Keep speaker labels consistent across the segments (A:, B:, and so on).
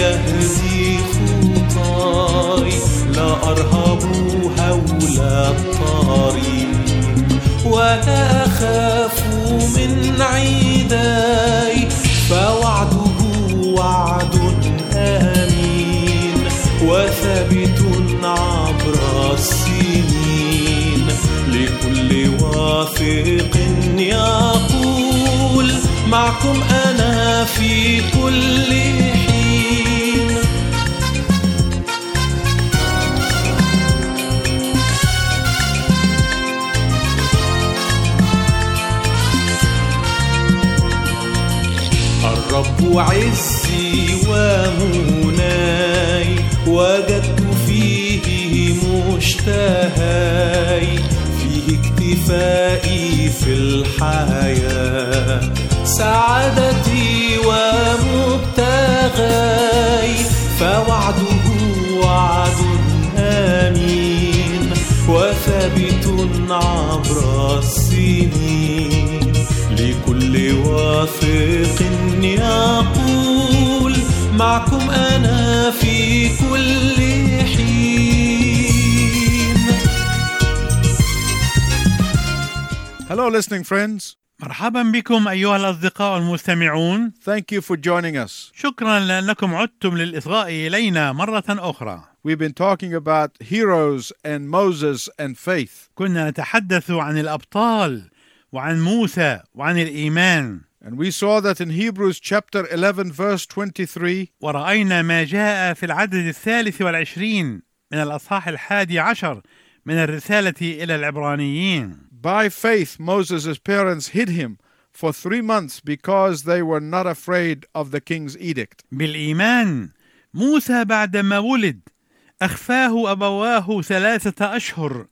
A: أهدي خطاي لا أرهب هول الطريق ولا أخاف من عيداي فوعده وعد آمين وثابت عبر السنين لكل واثق يقول معكم أنا في كل حين الرب عزي ومناي وجدت فيه مشتهاي فيه اكتفائي في الحياة سعادتي ومبتغاي فوعده وعد آمين وثابت عبر السنين لكل واثق يقول معكم أنا في كل حين
B: Hello, listening friends.
C: مرحبا بكم أيها الأصدقاء المستمعون
B: Thank you for joining us.
C: شكرا لأنكم عدتم للإصغاء إلينا مرة أخرى
B: We've been talking about heroes and Moses and faith.
C: كنا نتحدث عن الأبطال وعن موسى وعن الإيمان
B: And we saw that in Hebrews chapter 11, verse 23,
C: ورأينا ما جاء في العدد الثالث والعشرين من الأصحاح الحادي عشر من الرسالة إلى العبرانيين
B: by faith, Moses' parents hid him for three months because they were not afraid of the king's edict.
C: بالإيمان موسى بعدما ولد أخفاه أبواه ثلاثة أشهر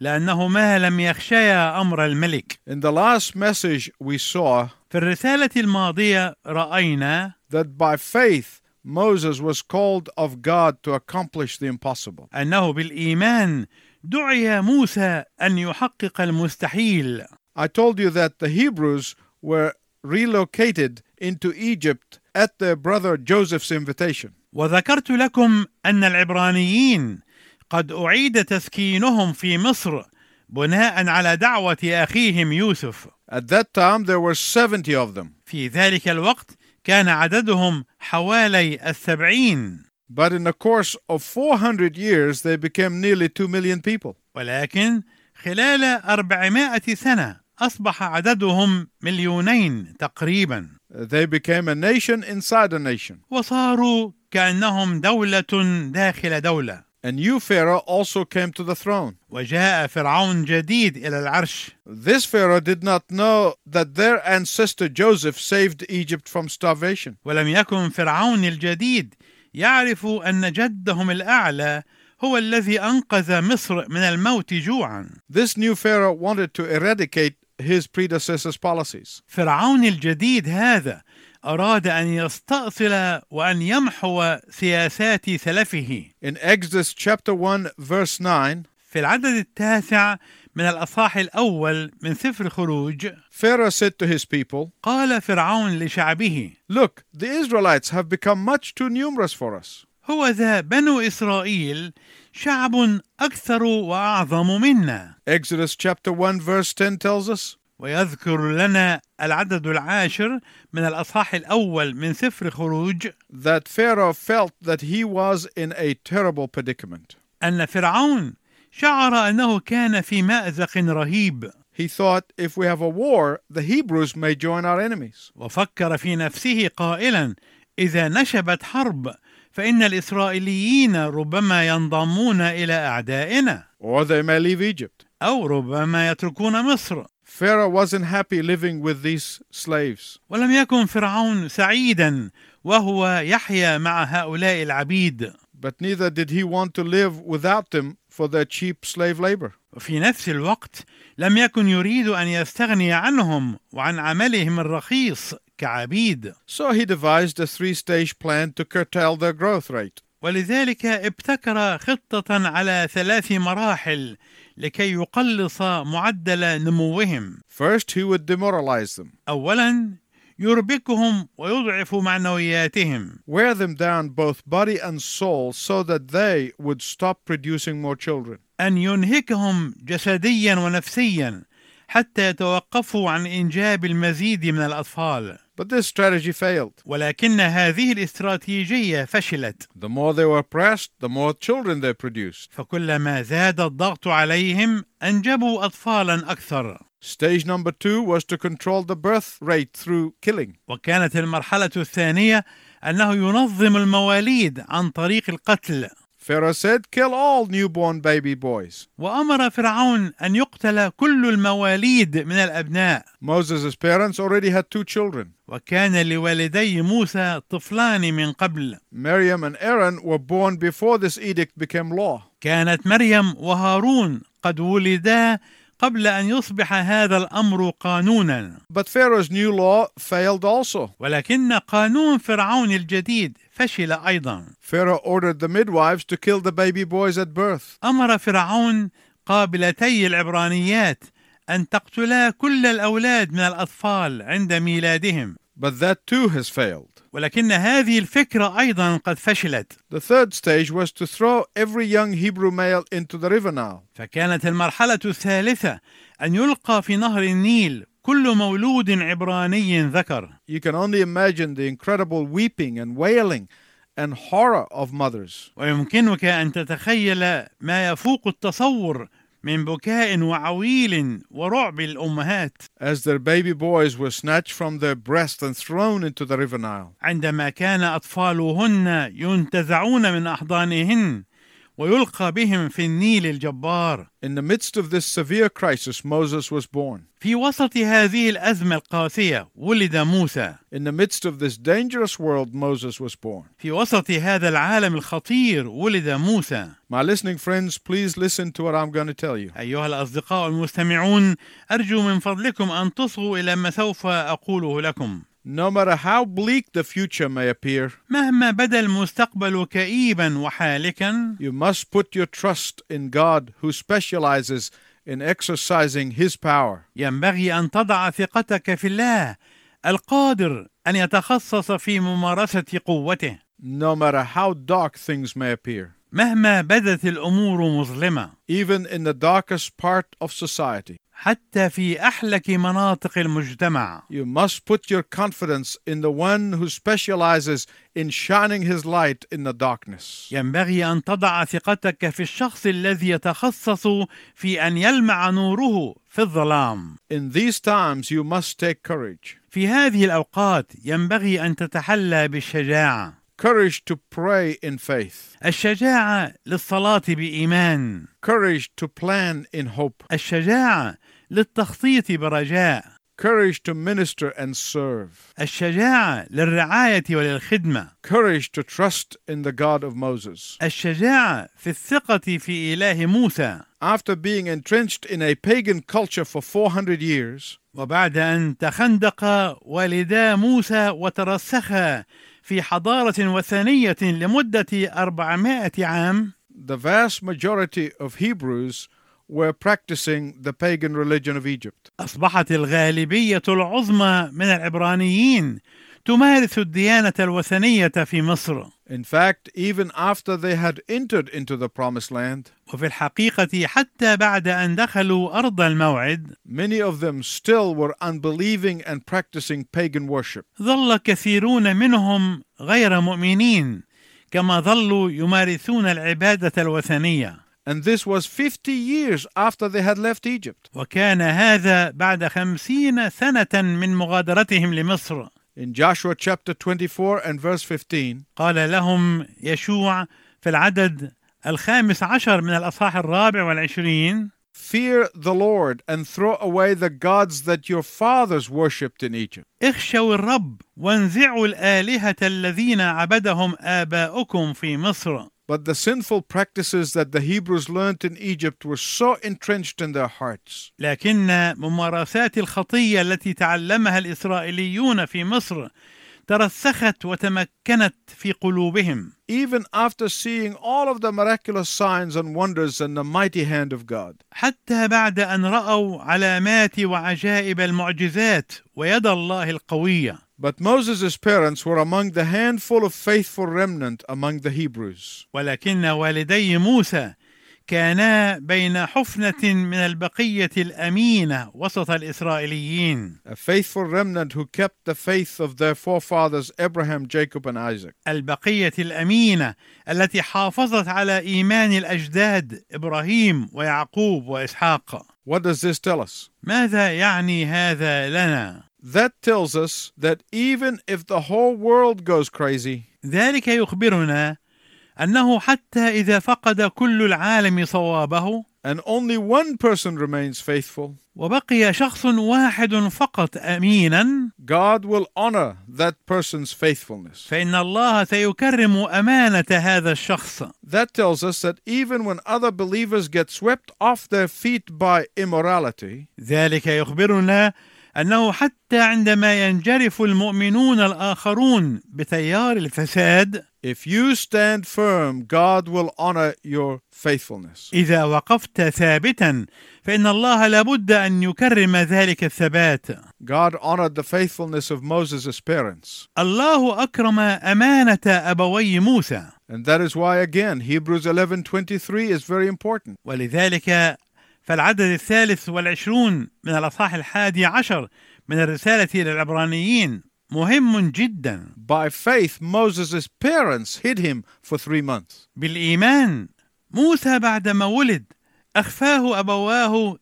C: لأنهما لم يخشيا أمر الملك
B: In the last message, we saw
C: في الرسالة الماضية رأينا
B: that by faith, Moses was called of God to accomplish the impossible.
C: أنه بالإيمان دعي موسى أن يحقق المستحيل
B: I told you that the Hebrews were relocated into Egypt at their brother Joseph's invitation.
C: وذكرت لكم أن العبرانيين قد أعيد تسكينهم في مصر بناء على دعوة أخيهم يوسف
B: At that time, there were 70 of them.
C: في ذلك الوقت كان عددهم حوالي السبعين
B: But in the course of 400 years, they became nearly 2 million people.
C: ولكن خلال أربعمائة سنة أصبح عددهم مليونين تقريبا
B: Uh, They became a nation inside a nation.
C: وصاروا كأنهم دولة داخل دولة
B: A new Pharaoh also came to the throne.
C: وجاء فرعون جديد إلى العرش
B: This Pharaoh did not know that their ancestor Joseph saved Egypt from starvation.
C: ولم يكن فرعون الجديد يعرف ان جدهم الاعلى هو الذي انقذ مصر من الموت جوعا
B: This new Pharaoh wanted to eradicate his predecessor's policies.
C: فرعون الجديد هذا اراد ان يستاصل وان يمحو سياسات سلفه
B: In Exodus chapter 1, verse 9,
C: في العدد التاسع من الاصحاح الاول من سفر الخروج
B: Pharaoh said to his people,
C: قال فرعون لشعبه
B: Look, the Israelites have become much too numerous for us.
C: هو ذا بنو اسرائيل شعب اكثر واعظم منا
B: Exodus chapter 1, verse 10 tells us,
C: ويذكر لنا العدد العاشر من الأصحاح الأول من سفر خروج
B: that Pharaoh felt that he was in a terrible predicament.
C: أن فرعون شعر أنه كان في مأزق رهيب
B: He thought, if we have a war, the Hebrews may join our enemies.
C: وفكر في نفسه قائلا إذا نشبت حرب فإن الإسرائيليين ربما ينضمون إلى أعدائنا
B: or they may leave Egypt.
C: أو ربما يتركون مصر
B: Pharaoh wasn't happy living with these slaves.
C: ولم يكن فرعون سعيدا وهو يحيا مع هؤلاء العبيد
B: But neither did he want to live without them for their cheap slave labor.
C: وفي نفس الوقت لم يكن يريد ان يستغني عنهم وعن عملهم الرخيص كعبيد
B: So he devised a three stage plan to curtail their growth rate.
C: ولذلك ابتكر خطه على ثلاث مراحل لكي يقلص معدل نموهم
B: First, he would demoralize them.
C: اولا يربكهم ويضعف معنوياتهم
B: Wear them down both body and soul so that they would stop producing more children.
C: ان ينهكهم جسديا ونفسيا حتى يتوقفوا عن انجاب المزيد من الاطفال
B: But this strategy failed.
C: ولكن هذه الاستراتيجيه فشلت
B: The more they were pressed, the more children they produced.
C: فكلما زاد الضغط عليهم انجبوا اطفالا اكثر
B: Stage number two was to control the birth rate through killing.
C: وكانت المرحله الثانيه انه ينظم المواليد عن طريق القتل
B: Pharaoh said, Kill all newborn baby boys.
C: وامر فرعون ان يقتل كل المواليد من الابناء
B: Moses' parents already had two children.
C: وكان لوالدي موسى طفلان من قبل
B: Miriam and Aaron were born before this edict became law.
C: كانت مريم وهارون قد ولدا قبل ان يصبح هذا الامر قانونا
B: But Pharaoh's new law failed also.
C: ولكن قانون فرعون الجديد فشل ايضا
B: Pharaoh ordered the midwives to kill the baby boys at birth.
C: امر فرعون قابلتي العبرانيات ان تقتلا كل الاولاد من الاطفال عند ميلادهم
B: But that too has failed.
C: ولكن هذه الفكره ايضا قد فشلت
B: The third stage was to throw every young Hebrew male into the river Nile.
C: فكانت المرحله الثالثه ان يلقى في نهر النيل كل مولود عبراني ذكر
B: You can only imagine the incredible weeping and wailing and horror of mothers.
C: ويمكنك ان تتخيل ما يفوق التصور من بكاء وعويل ورعب الامهات
B: as their baby boys were snatched from their breast and thrown into the river Nile.
C: عندما كان اطفالهن ينتزعون من احضانهن ويلقى بهم في النيل الجبار
B: In the midst of this severe crisis, Moses was born.
C: في وسط هذه الازمه القاسيه ولد موسى
B: In the midst of this dangerous world, Moses was born.
C: في وسط هذا العالم الخطير ولد موسى
B: My listening friends, please listen to what I'm going to tell you.
C: ايها الاصدقاء المستمعون ارجو من فضلكم ان تصغوا الى ما سوف اقوله لكم
B: No matter how bleak the future may appear,
C: مهما بدا المستقبل كئيبا وحالكا
B: you must put your trust in God who specializes in exercising his power.
C: ينبغي ان تضع ثقتك في الله القادر ان يتخصص في ممارسه قوته
B: No matter how dark things may appear,
C: مهما بدت الامور مظلمه
B: even in the darkest part of society,
C: حتى في احلك مناطق المجتمع
B: You must put your confidence in the one who specializes in shining his light in the darkness.
C: ينبغي ان تضع ثقتك في الشخص الذي يتخصص في ان يلمع نوره في الظلام
B: In these times, you must take courage
C: في هذه الاوقات ينبغي ان تتحلى بالشجاعه
B: courage to pray in faith,
C: الشجاعه للصلاه بايمان
B: courage to plan in hope,
C: الشجاعه للتخطيط برجاء
B: courage to minister and serve,
C: الشجاعه للرعايه وللخدمه
B: courage to trust in the God of Moses.
C: الشجاعه في الثقه في اله موسى
B: After being entrenched in a pagan culture for 400 years,
C: وبعد ان تخندق والدا موسى وترسخا في حضاره وثنيه لمده 400 عام
B: the vast majority of Hebrews were practicing the pagan religion of Egypt.
C: اصبحت الغالبيه العظمى من العبرانيين تمارس الديانه الوثنيه في مصر
B: In fact, even after they had entered into the promised land,
C: وفي الحقيقه حتى بعد ان دخلوا ارض الموعد
B: many of them still were unbelieving and practicing pagan worship.
C: ظل كثيرون منهم غير مؤمنين كما ظلوا يمارسون العباده الوثنيه
B: And this was 50 years after they had left Egypt.
C: وكان هذا بعد خمسين سنة من مغادرتهم لمصر
B: In Joshua chapter 24 and verse 15,
C: قال لهم يشوع في العدد الخامس عشر من الأصحاح الرابع والعشرين
B: Fear the Lord and throw away the gods that your fathers worshipped in Egypt.
C: اخشوا الرب وانزعوا الآلهة الذين عبدهم آباؤكم في مصر
B: But the sinful practices that the Hebrews learnt in Egypt were so entrenched in their hearts
C: لكن ممارسات الخطية التي تعلمها الإسرائيليون في مصر ترسخت وتمكنت في قلوبهم
B: even after seeing all of the miraculous signs and wonders and the mighty hand of God.
C: حتى بعد ان راوا علامات وعجائب المعجزات ويد الله القويه
B: But Moses' parents were among the handful of faithful remnant among the Hebrews.
C: ولكن والدي موسى كانا بين حفنة من البقية الأمينة وسط الإسرائيليين
B: A faithful remnant who kept the faith of their forefathers Abraham, Jacob, and Isaac.
C: البقية الأمينة التي حافظت على إيمان الأجداد إبراهيم ويعقوب وإسحاق
B: What does this tell us?
C: ماذا يعني هذا لنا؟
B: That tells us that even if the whole world goes crazy,
C: ذلك يخبرنا أنه حتى إذا فقد كل العالم صوابه
B: and only one person remains faithful,
C: وبقي شخص واحد فقط أمينا
B: God will honor that person's faithfulness.
C: فإن الله سيكرم أمانة هذا الشخص
B: That tells us that even when other believers get swept off their feet by immorality,
C: ذلك يخبرنا أنه حتى عندما ينجرف المؤمنون الآخرون بتيار الفساد
B: if you stand firm, God will honor your faithfulness.
C: إذا وقفت ثابتا فإن الله لابد أن يكرم ذلك الثبات
B: God honored the faithfulness of Moses' parents.
C: الله أكرم أمانة أبوي موسى
B: And that is why again Hebrews 11:23 is very important.
C: ولذلك فالعدد الثالث والعشرون من الأصحاح الحادي عشر من الرسالة إلى العبرانيين مهم جدا
B: By faith Moses' parents hid him for 3 months.
C: بالإيمان موسى بعدما ولد أخفاه أبواه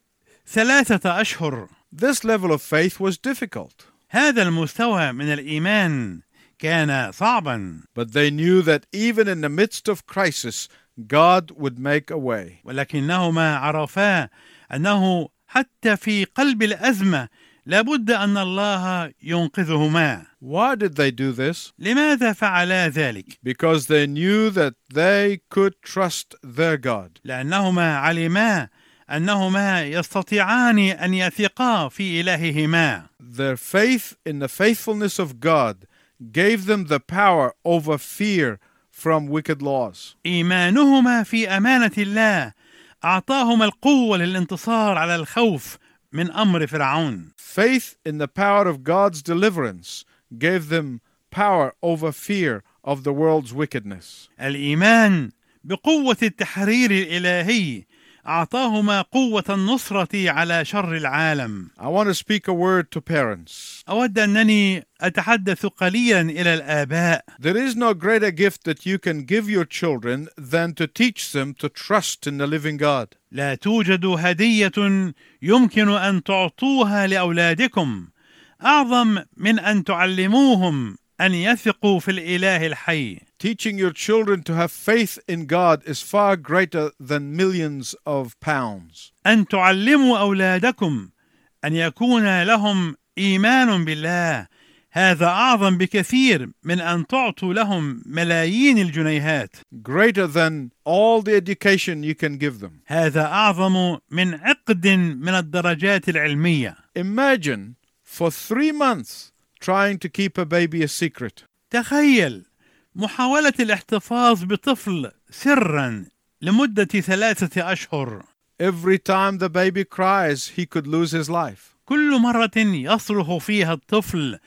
C: ثلاثة أشهر
B: This level of faith was difficult,
C: هذا المستوى من الإيمان كان صعبا
B: but they knew that even in the midst of crisis God would make a way.
C: ولكنهما عرفا أنه حتى في قلب الأزمة لابد أن الله ينقذهما
B: Why did they do this?
C: لماذا فعلا ذلك؟
B: Because they knew that they could trust their God.
C: لأنهما علما أنهما يستطيعان أن يثقا في إلههما
B: Their faith in the faithfulness of God gave them the power over fear from wicked laws.
C: إيمانهما في أمانة الله أعطاهما القوة للانتصار على الخوف من أمر فرعون
B: Faith in the power of God's deliverance gave them power over fear of the world's wickedness.
C: الإيمان بقوة التحرير الإلهي أعطاهما قوة النصرة على شر العالم
B: I want to speak a word to parents.
C: أود أنني أتحدث قليلا إلى الآباء
B: There is no greater gift that you can give your children than to teach them to trust in the living God.
C: لا توجد هدية يمكن أن تعطوها لأولادكم أعظم من أن تعلموهم أن يثقوا في الإله الحي
B: Teaching your children to have faith in God is far greater than millions of pounds.
C: أن تعلموا أولادكم أن يكون لهم إيمان بالله هذا أعظم بكثير من أن تعطوا لهم ملايين الجنيهات
B: Greater than all the education you can give them.
C: هذا أعظم من عقد من الدرجات العلمية
B: Imagine for three months trying to keep a baby a secret.
C: تخيل محاولة الاحتفاظ بطفل سرا لمدة ثلاثة أشهر
B: Every time the baby cries, he could lose his life.
C: كل مرة يصرخ فيها الطفل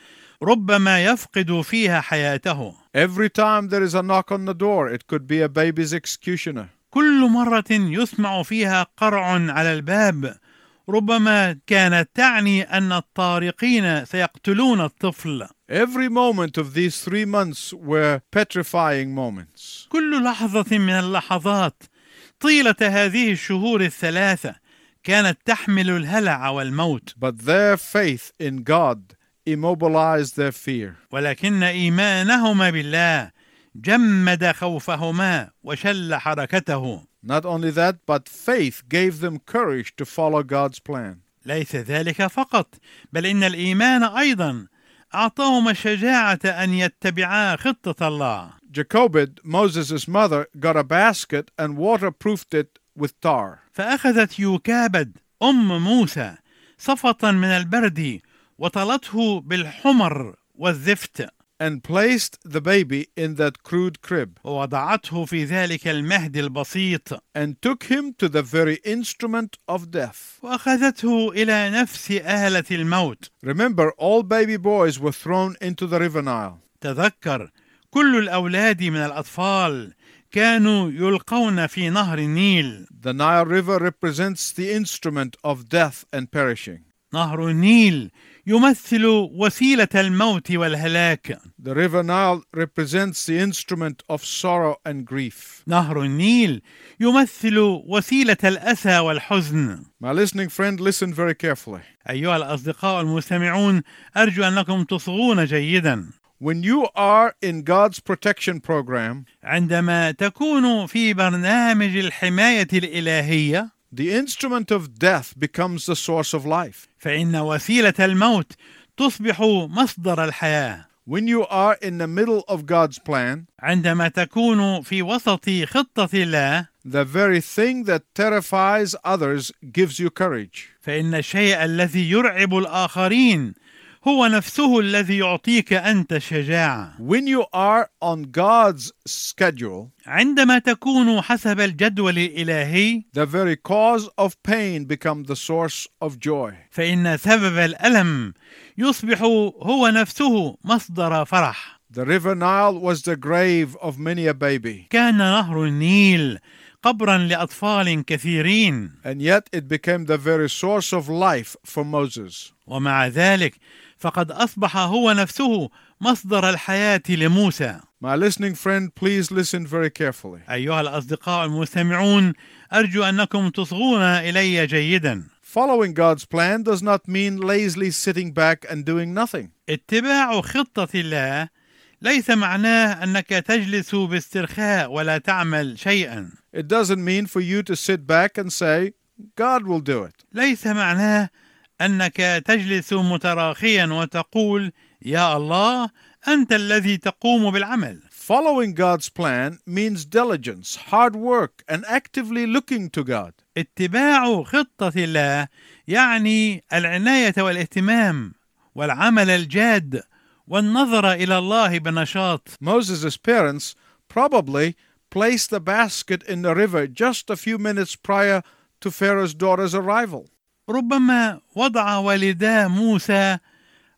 C: ربما يفقد فيها حياته
B: Every time there is a knock on the door, it could be a baby's executioner.
C: كل مرة يسمع فيها قرع على الباب ربما كانت تعني أن الطارقين سيقتلون الطفل
B: Every moment of these three months were petrifying moments.
C: كل لحظة من اللحظات طيلة هذه الشهور الثلاثة كانت تحمل الهلع والموت
B: But their faith in God immobilized their fear.
C: ولكن إيمانهما بالله جمد خوفهما وشل حركته
B: Not only that, but faith gave them courage to follow God's plan.
C: ليس ذلك فقط بل إن الإيمان أيضا أعطاهما الشجاعة أن يتبعا خطة الله
B: Jacobed, Moses' mother, got a basket and waterproofed it with tar.
C: فأخذت يوكابد أم موسى صفة من البرد وطلته بالحمر والزفت
B: and placed the baby in that crude crib
C: ووضعته في ذلك المهد البسيط
B: and took him to the very instrument of death.
C: واخذته الى نفس اهله الموت
B: Remember, all baby boys were thrown into the river Nile.
C: تذكر كل الاولاد من الاطفال كانوا يلقون في نهر النيل
B: The Nile River represents the instrument of death and perishing.
C: نهر النيل يمثل وسيله الموت والهلاك
B: The river Nile represents the instrument of sorrow and grief.
C: نهر النيل يمثل وسيله الاسى والحزن
B: My listening friend, listen very carefully.
C: ايها الاصدقاء المستمعون ارجو انكم تصغون جيدا
B: When you are in God's protection program,
C: عندما تكون في برنامج الحمايه الالهيه
B: the instrument of death becomes the source of life.
C: فان وسيله الموت تصبح مصدر الحياه
B: When you are in the middle of God's plan,
C: عندما تكون في وسط خطه الله
B: the very thing that terrifies others gives you courage.
C: فان الشيء الذي يرعب الاخرين هو نفسه الذي يعطيك انت الشجاعه
B: When you are on God's schedule,
C: عندما تكون حسب الجدول الالهي
B: the very cause of pain becomes the source of joy.
C: فان سبب الالم يصبح هو نفسه مصدر فرح
B: The river Nile was the grave of many a baby,
C: كان نهر النيل قبرا لاطفال كثيرين
B: and yet it became the very source of life for Moses.
C: ومع ذلك فقد اصبح هو نفسه مصدر الحياه لموسى
B: My listening friend, please listen very carefully.
C: ايها الاصدقاء المستمعون ارجو انكم تصغون الي جيدا
B: Following God's plan does not mean lazily sitting back and doing nothing.
C: اتباع خطه الله ليس معناه انك تجلس باسترخاء ولا تعمل شيئا
B: It doesn't mean for you to sit back and say, God will do it.
C: ليس معناه انك تجلس متراخيا وتقول يا الله انت الذي تقوم بالعمل
B: Following God's plan means diligence, hard work, and actively looking to God.
C: اتباع خطة الله يعني العناية والاهتمام والعمل الجاد والنظر إلى الله بنشاط.
B: Moses' parents probably placed the basket in the river just a few minutes prior to Pharaoh's daughter's arrival.
C: ربما وضع والدا موسى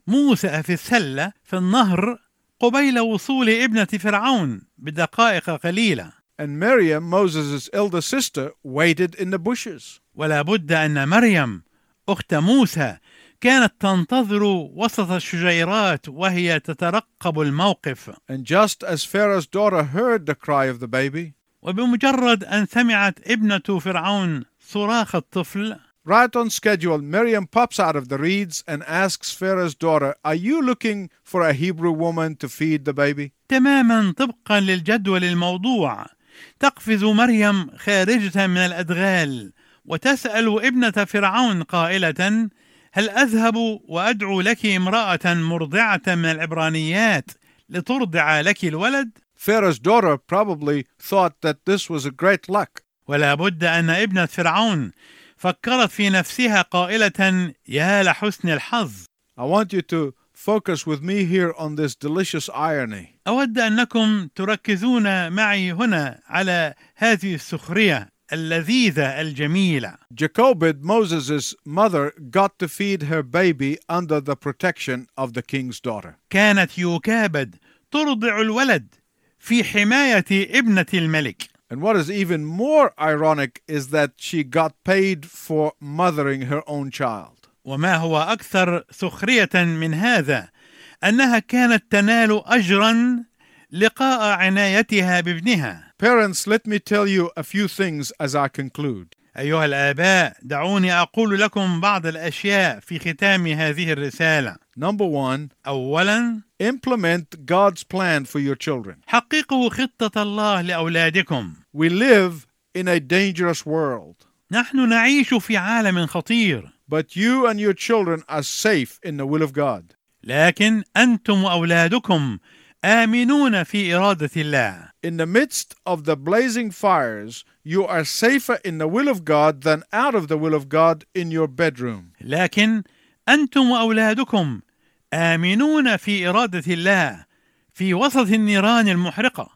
C: موسى في السلة في النهر قبيل وصول ابنة فرعون بدقائق قليلة
B: And Miriam, Moses' elder sister, waited in the bushes.
C: ولا بد أن مريم أخت موسى كانت تنتظر وسط الشجيرات وهي تترقب الموقف
B: And just as Pharaoh's daughter heard the cry of the baby,
C: وبمجرد أن سمعت ابنة فرعون صراخ الطفل
B: right on schedule, Miriam pops out of the reeds and asks Pharaoh's daughter, Are you looking for a Hebrew woman to feed the baby?
C: تماما طبقا للجدول الموضوع تقفز مريم خارجة من الأدغال وتسأل ابنة فرعون قائلة هل أذهب وأدعو لك امرأة مرضعة من العبرانيات لترضع لك الولد؟
B: Pharaoh's daughter probably thought that this was a great luck.
C: ولا بد أن ابنة فرعون فكرت في نفسها قائلة يا لحسن الحظ
B: I want you to focus with me here on this delicious irony.
C: أود أنكم تركزون معي هنا على هذه السخرية اللذيذة الجميلة.
B: Jacobed, Moses' mother, got to feed her baby under the protection of the king's daughter.
C: كانت يوكابد ترضع الولد في حماية ابنة الملك،
B: And what is even more ironic is that she got paid for mothering her own child.
C: وما هو أكثر سخرية من هذا أنها كانت تنال أجرا لقاء عنايتها بابنها.
B: Parents, let me tell you a few things as I conclude.
C: أيها الآباء، دعوني أقول لكم بعض الأشياء في ختام هذه الرسالة.
B: Number one,
C: أولاً،
B: implement God's plan for your children.
C: حققوا خطة الله لأولادكم.
B: We live in a dangerous world,
C: نحن نعيش في عالم خطير
B: but you and your children are safe in the will of God.
C: لكن انتم واولادكم امنون في اراده الله
B: In the midst of the blazing fires, you are safer in the will of God than out of the will of God in your bedroom.
C: لكن انتم واولادكم امنون في اراده الله في وسط النيران المحرقه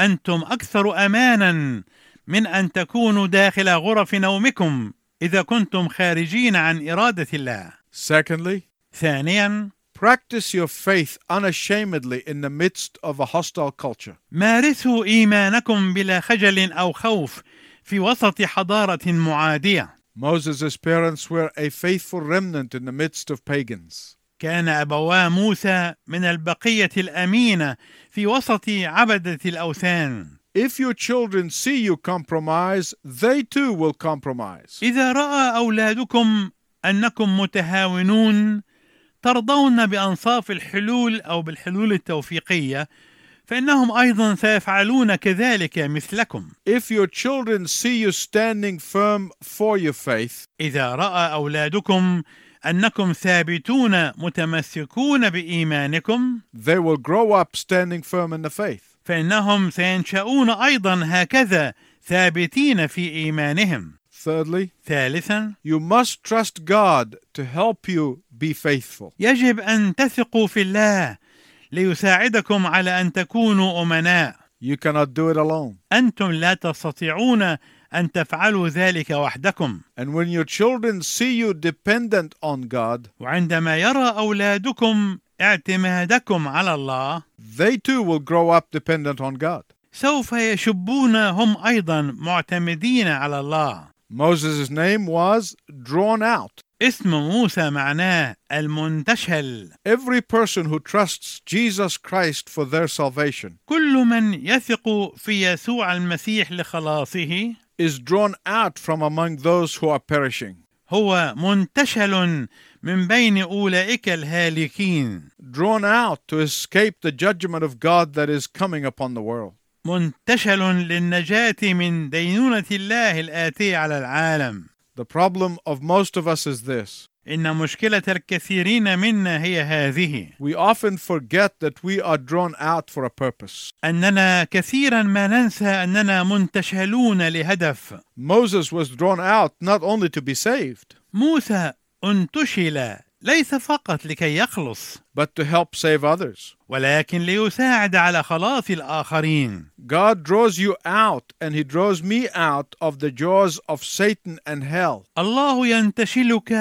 C: انتم اكثر امانا من ان تكونوا داخل غرف نومكم اذا كنتم خارجين عن اراده الله
B: Secondly,
C: ثانيا
B: practice your faith unashamedly in the midst of a hostile culture.
C: مارسوا ايمانكم بلا خجل او خوف في وسط حضاره معاديه
B: Moses' parents were a faithful remnant in the midst of pagans.
C: كان ابوا موسى من البقيه الامينه في وسط عبده الاوثان
B: If your children see you compromise, they too will compromise.
C: اذا راى اولادكم انكم متهاونون ترضون بانصاف الحلول او بالحلول التوفيقيه فانهم ايضا سيفعلون كذلك مثلكم
B: If your children see you standing firm for your faith,
C: اذا راى اولادكم انكم ثابتون متمسكون بايمانكم
B: they will grow up standing firm in the faith.
C: فانهم سينشؤون ايضا هكذا ثابتين في ايمانهم
B: Thirdly,
C: ثالثا
B: you must trust God to help you be faithful.
C: يجب ان تثقوا في الله ليساعدكم على ان تكونوا امناء
B: You cannot do it alone.
C: انتم لا تستطيعون ان تفعلوا ذلك وحدكم
B: And when your children see you dependent on God,
C: وعندما يرى اولادكم اعتمادكم على الله
B: they too will grow up dependent on God.
C: سوف يشبون هم ايضا معتمدين على الله
B: Moses' name was drawn out.
C: اسم موسى معناه المنتشل
B: Every person who trusts Jesus Christ for their salvation
C: كل من يثق في يسوع المسيح لخلاصه
B: is drawn out from among those who are perishing.
C: هو منتشل من بين اولئك الهالكين
B: drawn out to escape the judgment of God that is coming upon the world.
C: منتشل للنجاه من دينونه الله الاتيه على العالم
B: The problem of most of us is this
C: إن مشكلة الكثيرين منا هي هذه
B: we often forget that we are drawn out for a purpose.
C: أننا كثيرا ما ننسى أننا منتشلون لهدف
B: Moses was drawn out not only to be saved,
C: موسى انتشل ليس فقط لكي يخلص
B: but to help save others.
C: ولكن ليساعد على خلاص الآخرين
B: God draws you out, and He draws me out of the jaws of Satan and hell.
C: الله ينتشلك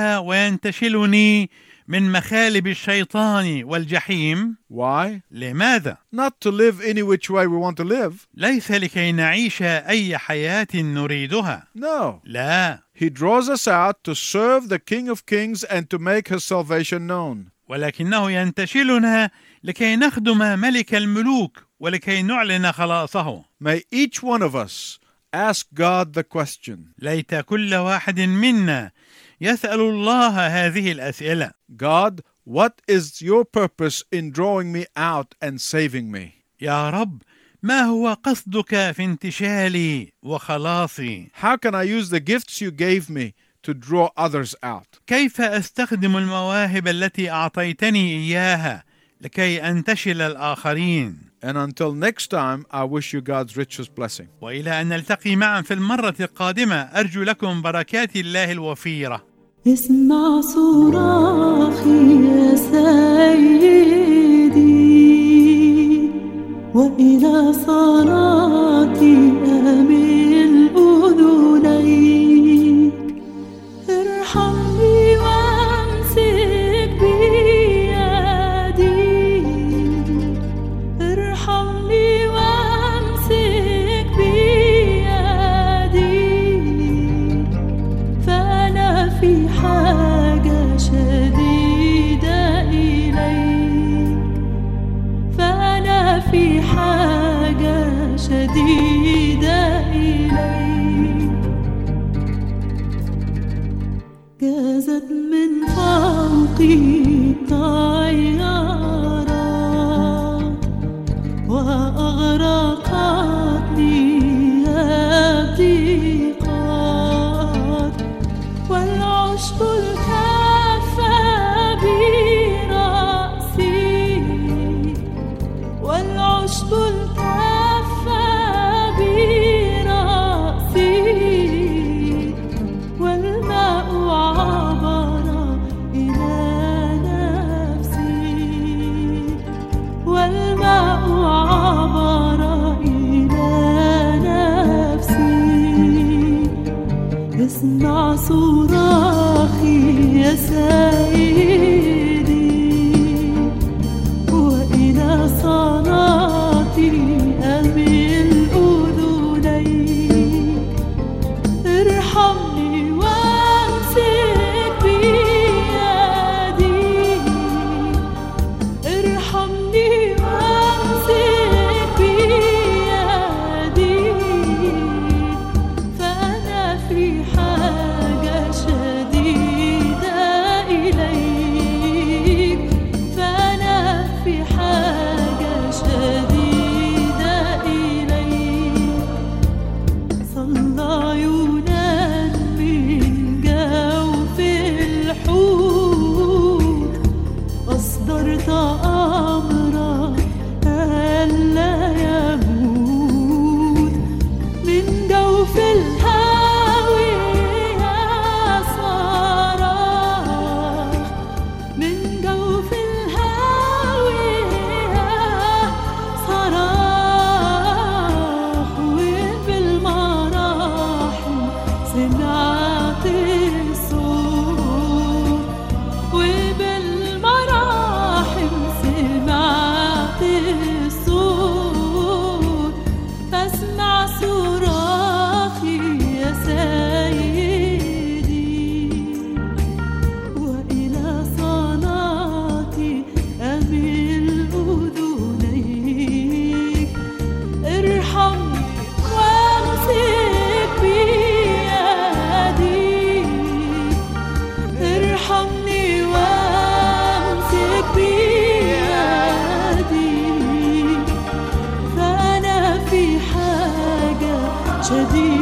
C: وينتشلني من مخالب الشيطان والجحيم
B: Why?
C: لماذا؟
B: Not to live any which way we want to live.
C: ليس لكي نعيش أي حياة نريدها
B: No.
C: لا
B: He draws us out to serve the King of Kings and to make His salvation known.
C: ولكنه ينتشلنا لكي نخدم ملك الملوك ولكي نعلن خلاصه
B: May each one of us ask God the question
C: ليت كل واحد منا يسال الله هذه الاسئله
B: God, what is your purpose in drawing me out and saving me?
C: يا رب ما هو قصدك في انتشالي وخلاصي
B: How can I use the gifts you gave me to draw others out?
C: كيف استخدم المواهب التي اعطيتني اياها لكي انتشل الاخرين
B: And until next time, I wish you God's richest blessing.
C: والى ان نلتقي معا في المره القادمه ارجو لكم بركات الله الوفيره
D: اسمع صراخي يا سيدي وإلى صلاتي أمل أذنيك ارحمني وامسك بيدي ارحمني وامسك بيدي فأنا في حاجة شديدة إليك فأنا في حاجة شديدة إليك جازت من فوقي طيارات وأغرقتني الضيقات والعشب التف برأسي والعشب التف برأسي والماء عبر إلى نفسي اسمع صراخي يا سيدي وإلى صلاتي أمل أذنيك ارحمني وامسك بيدي ارحمني وامسك بيدي فأنا في حاجة شديدة إليك فأنا في حاجة شديدة إليك صلى يونان من جوف الحوت أصدرت أمرا ألا يموت من جوف الهوي يا صراخ من جوف الهوي صراخ وبالمراحم سمعت الصوت وبالمراحم سمعت الصوت فاسمع صراخي يا سيدي وإلى صلاتي أمل أذنيك ارحمني وامسك بيدي ارحمني وامسك بيدي فأنا في حاجة شديدة